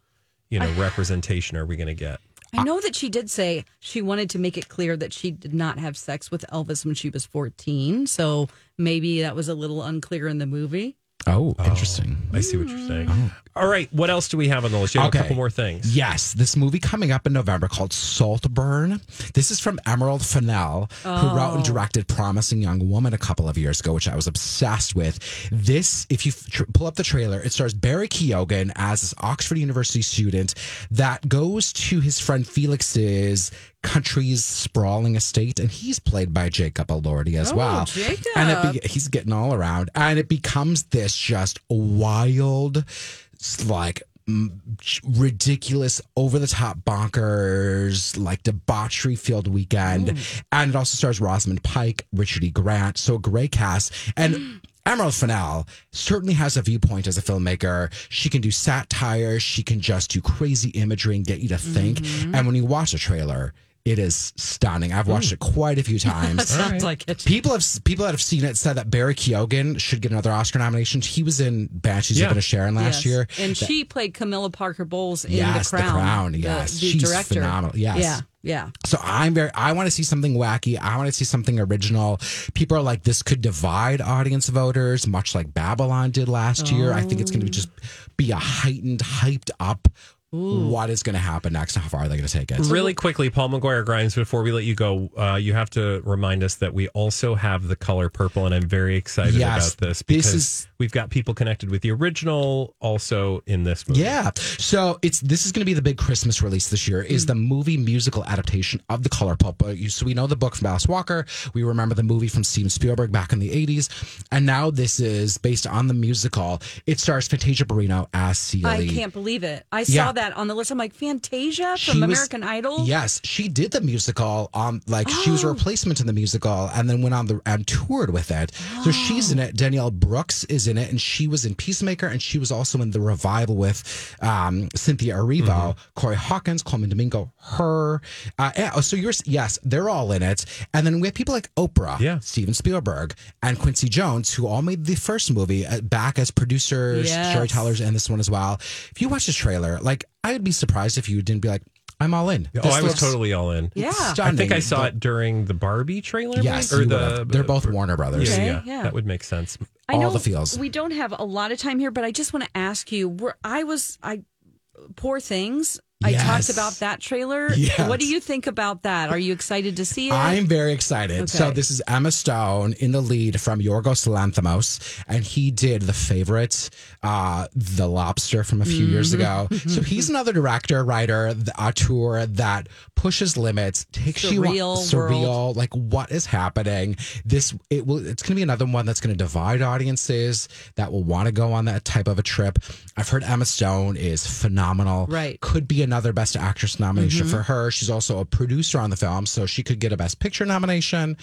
S4: you know representation are we going to get?
S3: I know that she did say she wanted to make it clear that she did not have sex with Elvis when she was 14. So maybe that was a little unclear in the movie.
S9: Oh, interesting.
S4: I see what you're saying. All right, what else do we have on the list? You have a couple more things.
S9: Yes, this movie coming up in November called Saltburn. This is from Emerald Fennell, who wrote and directed Promising Young Woman a couple of years ago, which I was obsessed with. This, if you tr- pull up the trailer, it stars Barry Keoghan as this Oxford University student that goes to his friend Felix's country's sprawling estate, and he's played by Jacob Elordi as
S3: Oh,
S9: well.
S3: Jacob.
S9: And it be- he's getting all around, and it becomes this just wild, s- like m- ridiculous, over the top bonkers, like debauchery filled weekend. And it also stars Rosamund Pike, Richard E. Grant, so a great cast, and. Emerald Fennell certainly has a viewpoint as a filmmaker. She can do satire. She can just do crazy imagery and get you to think.
S3: Mm-hmm.
S9: And when you watch a trailer, it is stunning. I've watched it quite a few times.
S3: Sounds like it.
S9: People have people that have seen it said that Barry Keoghan should get another Oscar nomination. He was in Banshees
S4: Yeah.
S9: of Sharon last
S3: Yes.
S9: year.
S3: And
S9: That-
S3: she played Camilla Parker Bowles in
S9: Yes,
S3: The
S9: The
S3: Crown.
S9: Crown, yes.
S3: The, the
S9: She's
S3: director.
S9: phenomenal, yes.
S3: Yeah. Yeah.
S9: so I'm very. I want to see something wacky. I want to see something original. People are like, this could divide audience voters, much like Babylon did last year. I think it's going to just be a heightened, hyped up. What is going to happen next? and How far are they going to take it?
S4: Really quickly, Paul McGuire Grimes, before we let you go, uh, you have to remind us that we also have the color purple, and I'm very excited
S9: Yes,
S4: about this
S9: this
S4: because
S9: is-
S4: we've got people connected with the original also in this movie.
S9: Yeah. So it's this is going to be the big Christmas release this year. Is the movie musical adaptation of The Color Purple. You- So we know the book from Alice Walker. We remember the movie from Steven Spielberg back in the eighties, and now this is based on the musical. It stars Fantasia Barrino as Celie.
S3: I can't believe it. I saw
S9: Yeah.
S3: that on the list. I'm like, Fantasia from
S9: She was-
S3: American Idol? Oh.
S9: Yes, she did the musical. Um, like she was a replacement in the musical, and then went on the and toured with it. So she's in it. Danielle Brooks is in it, and she was in Peacemaker, and she was also in the revival with um, Cynthia Erivo, Corey Hawkins, Coleman Domingo, her. Uh, yeah, oh, so you're yes, they're all in it, and then we have people like Oprah,
S4: Yeah.
S9: Steven Spielberg, and Quincy Jones, who all made the first movie uh, back as producers,
S3: Yes.
S9: storytellers, and this one as well. If you watch this trailer, like I'd be surprised if you didn't be like. I'm all in.
S4: Oh,
S9: This
S4: I
S9: looks
S4: was totally all in.
S3: Yeah.
S4: I
S9: stunning.
S4: think I saw
S9: The-
S4: it during the Barbie trailer.
S9: Yes,
S4: maybe?
S9: you would've. They're both Warner Brothers.
S4: Yeah,
S3: Okay,
S4: yeah,
S3: yeah.
S4: that would make sense.
S9: all the feels.
S3: We don't have a lot of time here, but I just want to ask you. Where I was, I poor things. I
S9: Yes.
S3: talked about that trailer.
S9: Yes.
S3: What do you think about that? Are you excited to see it?
S9: I'm very excited. So
S3: Okay.
S9: this is Emma Stone in the lead from Yorgos Lanthimos, and he did The Favorite, uh, The Lobster from a few years
S3: Mm-hmm.
S9: ago. So he's another director, writer, th- auteur that pushes limits, takes you on,
S3: Surreal world.
S9: surreal, like what is happening. This it will. It's going to be another one that's going to divide audiences that will want to go on that type of a trip. I've heard Emma Stone is phenomenal.
S3: Right. Mm-hmm.
S9: could be another Best Actress nomination for her. She's also a producer on the film, so she could get a Best Picture nomination.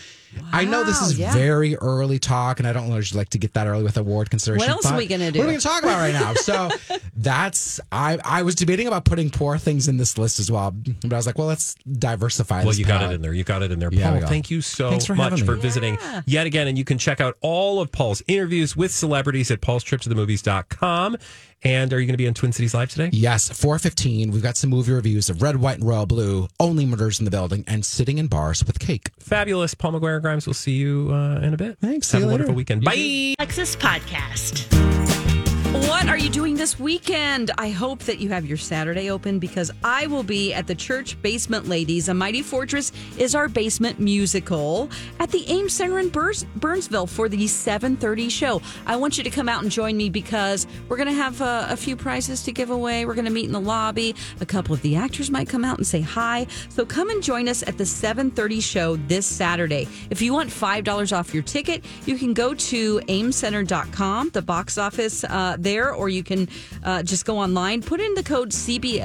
S9: I know this
S3: Wow,
S9: is
S3: yeah.
S9: very early talk, and I don't usually like to get that early with award consideration.
S3: What else are
S9: but
S3: we gonna do?
S9: What are we going to talk about right now? So that's I. I was debating about putting Poor Things in this list as well, but I was like, well, let's diversify.
S4: Well,
S9: this
S4: you got it
S9: palette.
S4: in there. You got it in there.
S9: Yeah, we
S4: Paul,
S9: got it.
S4: thank you so
S9: Thanks for
S4: much
S9: having
S4: for
S9: me.
S4: visiting yet again. And you can check out all of Paul's interviews with celebrities at paulstriptothemovies.com. And are you going to be on Twin Cities Live today?
S9: Yes, 415. We've got some movie reviews of Red, White, and Royal Blue, Only Murders in the Building, and Sitting in Bars with Cake.
S4: Fabulous. Paul McGuire Grimes, we'll see you uh, in a bit.
S9: Thanks. See
S4: Have
S9: you
S4: a
S9: later.
S4: wonderful weekend. Bye.
S10: Lexus Podcast.
S3: What are you doing this weekend? I hope that you have your Saturday open because I will be at the Church Basement Ladies. A Mighty Fortress is our basement musical at the Ames Center in Burns- Burnsville for the 7:30 show. I want you to come out and join me because we're going to have uh, a, a few prizes to give away. We're going to meet in the lobby. A couple of the actors might come out and say hi. So come and join us at the 7:30 show this Saturday. If you want $5 off your ticket, you can go to aimcenter.com, the box office uh, there, or you can uh, just go online, put in the code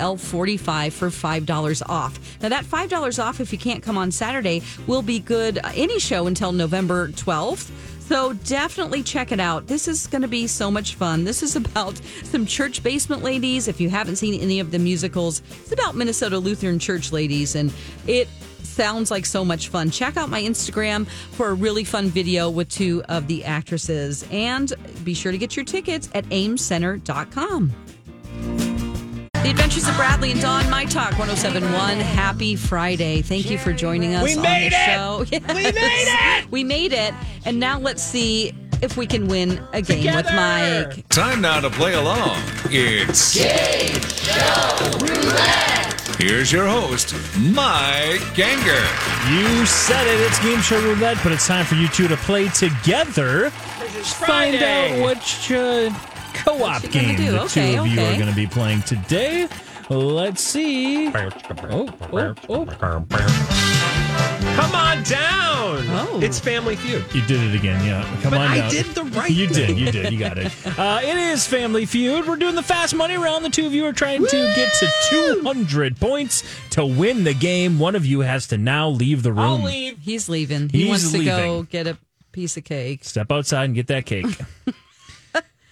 S3: CBL45 for $5 off. Now, that $5 off, if you can't come on Saturday, will be good uh, any show until November 12th. So definitely check it out. This is going to be so much fun. This is about some church basement ladies. If you haven't seen any of the musicals, it's about Minnesota Lutheran church ladies, and it sounds like so much fun. Check out my Instagram for a really fun video with two of the actresses. And be sure to get your tickets at aimcenter.com. The Adventures of Bradley and Dawn, My Talk 1071. Happy Friday. Thank you for joining us
S10: We
S3: on
S10: made
S3: the
S10: it!
S3: show.
S10: We made
S3: Yes. We made it. And now let's see if we can win a game with Mike.
S6: Time now to play along. It's
S10: Game
S6: Here's your host, Mike Ganger.
S12: You said it. It's game show roulette, but it's time for you two to play together. Find out
S10: Friday.
S12: what uh, co-op
S10: What you gonna
S12: game
S10: do?
S12: the
S10: Okay,
S12: two of you
S10: okay.
S12: are going to be playing today. Let's see. Oh, oh, oh.
S4: Come on down. Oh. It's Family Feud.
S12: You did it again, yeah. Come
S4: But
S12: on
S4: I
S12: down.
S4: did the right
S12: You
S4: thing.
S12: did, you did, you got it. Uh, it is Family Feud. We're doing the fast money round. The two of you are trying to get to 200 points to win the game. One of you has to now leave the room.
S3: He's leaving. He
S12: He's
S3: wants to go
S12: leaving.
S3: get a piece of cake.
S12: Step outside and get that cake.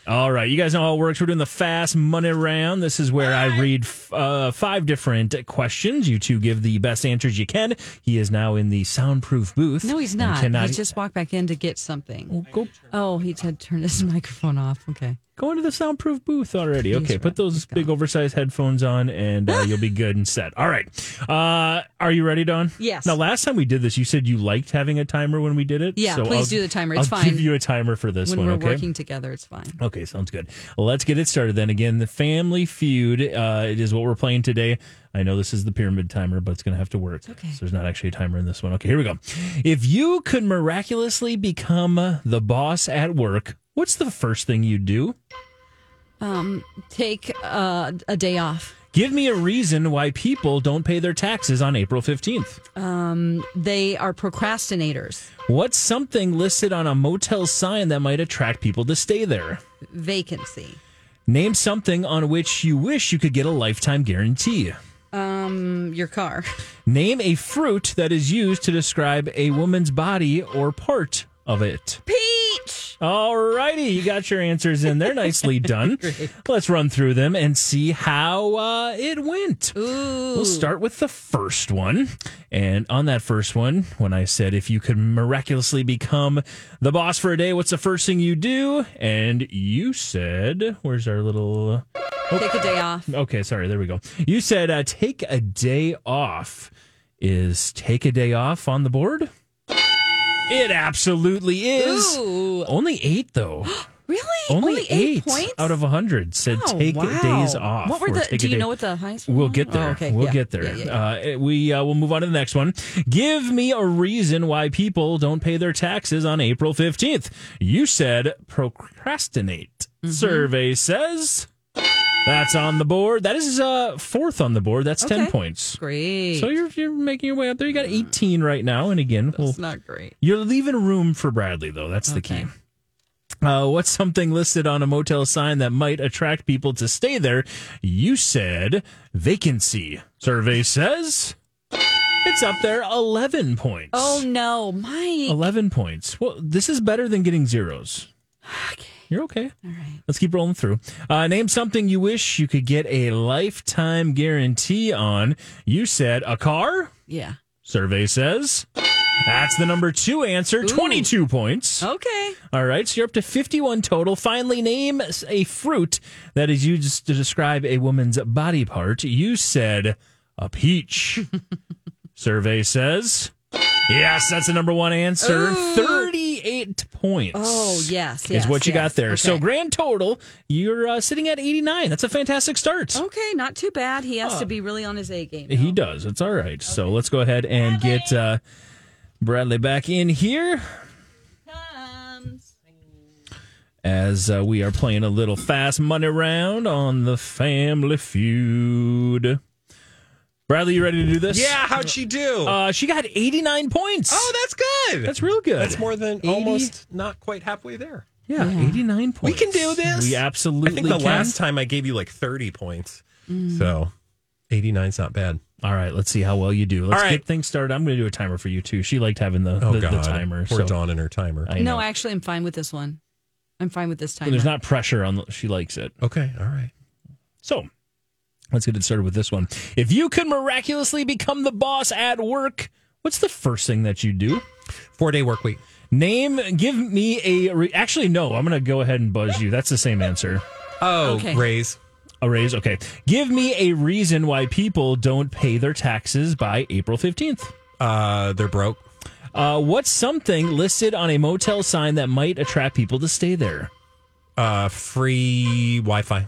S12: All right, you guys know how it works. We're doing the fast money round. This is where I read f- uh, five different questions. You two give the best answers you can. He is now in the soundproof booth.
S3: No, he's
S12: and
S3: not.
S12: Cannot
S3: He just walked back in to get something. Oh, he said turn his microphone off. Okay.
S12: go into the soundproof booth already. Okay, put those big oversized headphones on, and uh, you'll be good and set. All right, uh, are you ready, Don?
S3: Yes.
S12: Now, last time we did this, you said you liked having a timer when we did it.
S3: Yeah, please do the timer. It's
S12: I'll
S3: fine.
S12: Give you a timer for this
S3: when
S12: one.
S3: we're
S12: okay.
S3: working together, it's fine.
S12: Okay, sounds good. Let's get it started then. Again, the Family Feud uh, it is what we're playing today. I know this is the pyramid timer, but it's going to have to work. Okay. So there's not actually a timer in this one. Okay, here we go. If you could miraculously become uh, the boss at work, what's the first thing you'd do?
S3: Um, take uh, a day off.
S12: Give me a reason why people don't pay their taxes on April 15th.
S3: Um, they are procrastinators.
S12: What's something listed on a motel sign that might attract people to stay there?
S3: Vacancy.
S12: Name something on which you wish you could get a lifetime guarantee.
S3: Um, your car.
S12: Name a fruit that is used to describe a woman's body or part of it.
S3: Peach!
S12: Alrighty, you got your answers in there. Nicely done. Let's run through them and see how uh, it went. We'll start with the first one. And on that first one, when I said if you could miraculously become the boss for a day, what's the first thing you do? And you said, where's our little. Oh.
S3: Take a day off.
S12: Okay, sorry. There we go. You said uh, take a day off. Is take a day off on the board? It absolutely is. Only eight though.
S3: really?
S12: Only,
S3: Only eight
S12: eight,
S3: points?
S12: out of hundred said
S3: Oh,
S12: take
S3: wow.
S12: days off.
S3: What were
S12: or
S3: the-
S12: take a
S3: do you
S12: day-
S3: know what the highest
S12: We'll
S3: one
S12: get
S3: was?
S12: there.
S3: Oh, okay.
S12: We'll
S3: Yeah.
S12: get there.
S3: Yeah, yeah,
S12: Uh, we uh, will move on to the next one. Give me a reason why people don't pay their taxes on April fifteenth. You said procrastinate.
S3: Mm-hmm.
S12: Survey says that's on the board. That is uh, fourth on the board. That's ten
S3: Okay.
S12: points.
S3: Great.
S12: So you're you're making your way up there. You got eighteen right now, and again, we'll,
S3: It's not great.
S12: you're leaving room for Bradley, though. That's the key. Uh, what's something listed on a motel sign that might attract people to stay there? You said vacancy. Survey says it's up there 11 points.
S3: Oh no, Mike.
S12: 11 points. Well, this is better than getting zeros. You're okay. All right. Let's keep rolling through. Uh, name something you wish you could get a lifetime guarantee on. You said a car?
S3: Yeah.
S12: Survey says that's the number two answer. 22
S3: Oh,
S12: points.
S3: Okay.
S12: All right, so you're up to 51 total. Finally, name a fruit that is used to describe a woman's body part. You said a peach. Survey says yes, that's the number one answer. 38 points.
S3: Oh yes,
S12: is
S3: yes,
S12: what you
S3: yes.
S12: got there. So
S3: Okay.
S12: grand total, you're uh, sitting at 89. That's a fantastic start.
S3: Okay, not too bad. He has to be really on his A game.
S12: Oh. He does. It's all right. So let's go ahead and get uh, Bradley back in here. As uh, we are playing a little fast money round on the family feud. Bradley, you ready to do this?
S4: Yeah, how'd she do?
S12: Uh, she got 89 points.
S4: Oh, that's good.
S12: That's real good.
S4: That's more than
S12: 80?
S4: almost not quite halfway there.
S12: Yeah, 89 points.
S4: We can do this.
S12: We absolutely
S4: I think the
S12: can.
S4: last time I gave you like 30 points. So 89's not bad.
S12: All right, let's see how well you do. Let's
S4: All right.
S12: get things started. I'm going to do a timer for you, too. She liked having the,
S4: Oh,
S12: the, the
S4: God.
S12: timer.
S4: Poor
S12: so
S4: Dawn and her timer.
S12: I know.
S3: No, actually, I'm fine with this one. I'm fine with this time.
S12: There's not pressure on. The, she likes it.
S4: Okay, all right.
S12: So, Let's get it started with this one. If you could miraculously become the boss at work, what's the first thing that you do?
S4: Four day work week.
S12: Name, give me a. Re- Actually, no, I'm going to go ahead and buzz you. That's the same answer.
S4: Oh, Okay. raise.
S12: A raise, okay. Give me a reason why people don't pay their taxes by April 15th.
S4: Uh, they're broke.
S12: Uh, what's something listed on a motel sign that might attract people to stay there?
S4: Uh, free Wi Fi.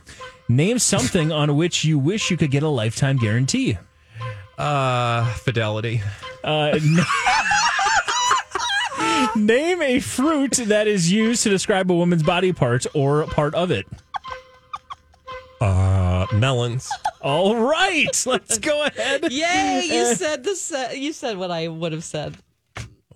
S12: Name something on which you wish you could get a lifetime guarantee.
S4: Uh, fidelity.
S12: Uh, n- name a fruit that is used to describe a woman's body parts or part of it.
S4: Uh, melons.
S12: All right, let's go ahead.
S3: Yay! You said this. Uh, you said what I would have said.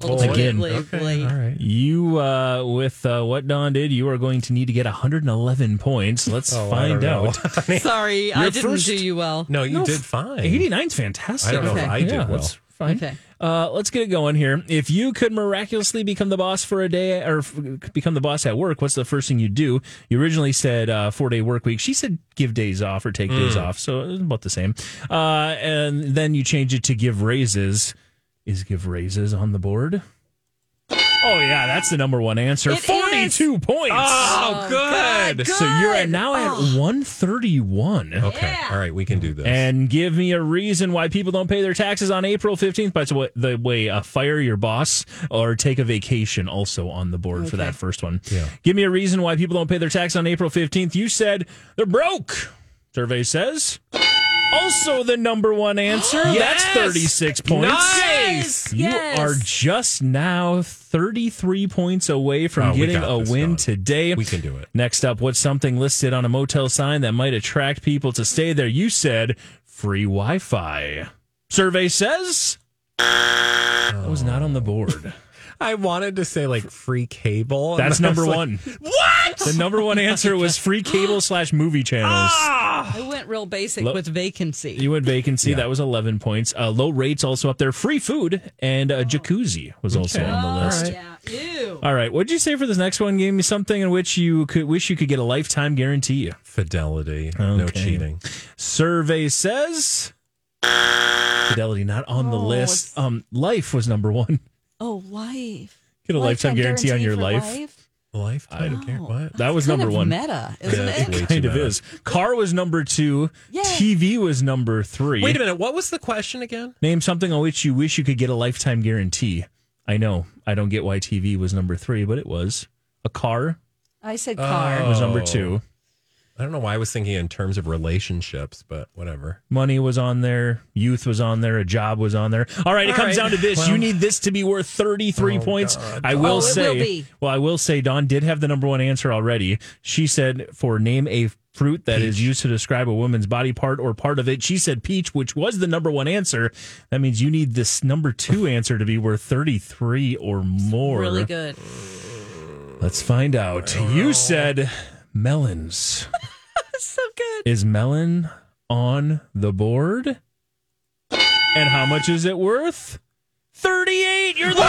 S12: Oh, Again,
S3: Ultimately.
S12: you uh, with uh, what Don did, you are going to need to get 111 points. Let's
S4: Oh, I
S12: find
S4: don't know.
S12: out.
S3: Sorry, I
S12: Your
S3: didn't
S12: first-
S3: do you well.
S4: No, Oh, you
S12: No,
S4: did fine.
S12: 89's fantastic.
S4: I don't know if
S3: Okay.
S4: I did
S12: Yeah,
S4: well.
S12: that's fine.
S3: Okay.
S12: Uh, let's get it going here. If you could miraculously become the boss for a day or f- become the boss at work, what's the first thing you do? You originally said uh, four day work week. She said give days off or take days
S4: Mm.
S12: off. So it's about the same. Uh, and then you change it to give raises. Is give raises on the board? Oh, yeah, that's the number one answer.
S3: It is.
S12: 42 points.
S4: Oh, good.
S3: God,
S12: So you're at
S3: good.
S12: now at
S3: Oh.
S12: 131.
S4: Okay. All right. We can do this.
S12: And give me a reason why people don't pay their taxes on April 15th. By the way, the way uh, fire your boss or take a vacation also on the board for that first one.
S4: Yeah.
S12: Give me a reason why people don't pay their tax on April 15th. You said they're broke. Survey says. Also, the number one answer. That's
S4: Yes!
S12: 36 points.
S4: Nice!
S12: You
S3: Yes.
S12: are just now 33 points away from
S4: Oh, we
S12: getting
S4: got
S12: a
S4: this,
S12: win
S4: Don.
S12: today.
S4: We can do it.
S12: Next up, what's something listed on a motel sign that might attract people to stay there? You said free Wi Fi. Survey says that was not on the board.
S4: Oh. I wanted to say like free cable.
S12: That's
S4: and I was
S12: number
S4: like,
S12: one.
S4: What?
S12: The number one answer was free cable slash movie channels.
S4: Ah!
S3: I went real basic
S12: Lo-
S3: with vacancy.
S12: You went vacancy. That was 11 points. Uh, low rates also up there. Free food and uh, jacuzzi was also
S4: Okay.
S12: on the
S3: Oh,
S12: list.
S3: yeah. Ew.
S12: All right. What'd you say for this next one? Give me something in which you could wish you could get a lifetime guarantee.
S4: Fidelity. No
S12: Okay.
S4: cheating.
S12: Survey says fidelity not on the
S3: Oh,
S12: list. Um, life was number one.
S3: Oh, life.
S12: Get a lifetime, guarantee, on your
S3: for
S12: life.
S4: Lifetime.
S3: Oh,
S4: care- What?
S12: That was
S3: kind
S12: number
S3: of
S12: one.
S3: Meta, isn't
S4: Yeah,
S3: it?
S4: it's way
S12: Kind
S4: too
S12: of
S4: bad.
S12: is. Car was number two.
S3: Yay.
S12: TV was number three.
S4: Wait a minute. What was the question again?
S12: Name something on which you wish you could get a lifetime guarantee. I know. I don't get why TV was number three, but it was. A car
S3: I said
S12: Uh,
S3: car.
S12: was number
S4: Oh.
S12: two.
S4: I don't know why I was thinking in terms of relationships, but whatever.
S12: Money was on there. Youth was on there. A job was on there. All right, it
S4: All
S12: comes
S4: right.
S12: down to this. you
S4: Well-
S12: need this to be worth 33
S4: Oh,
S12: points.
S4: God.
S12: I will
S3: Oh, it will
S12: say,
S3: be.
S12: well, I will say, Dawn did have the number one answer already. She said, for name a fruit that is used to describe a woman's body part or part of it. She said peach, which was the number one answer. That means you need this number two answer to be worth 33 or more.
S3: Really good.
S12: Let's find out. You said melons.
S3: So good.
S12: Is melon on the board? And how much is it worth? 38. You're the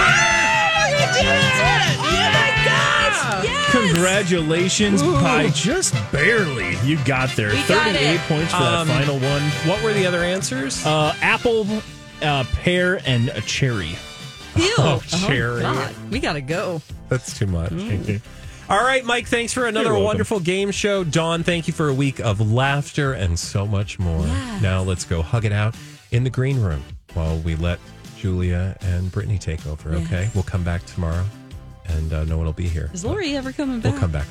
S3: Yes.
S12: Congratulations by just barely. You got there.
S3: We
S12: 38
S3: got it.
S12: points for
S4: Um,
S12: that final one.
S4: What were the other answers?
S12: Uh, apple, uh, pear, and a cherry.
S3: Ew.
S4: Oh, Sherry.
S3: God. We gotta go.
S4: That's too much.
S3: Hmm?
S4: All right, Mike, thanks for another
S12: welcome.
S4: wonderful game show. Dawn, thank you for a week of laughter and so much more. Now let's go hug it out in the green room while we let Julia and Brittany take over, okay? We'll come back tomorrow and uh, no one will be here.
S3: Is Lori ever coming back?
S4: We'll come back.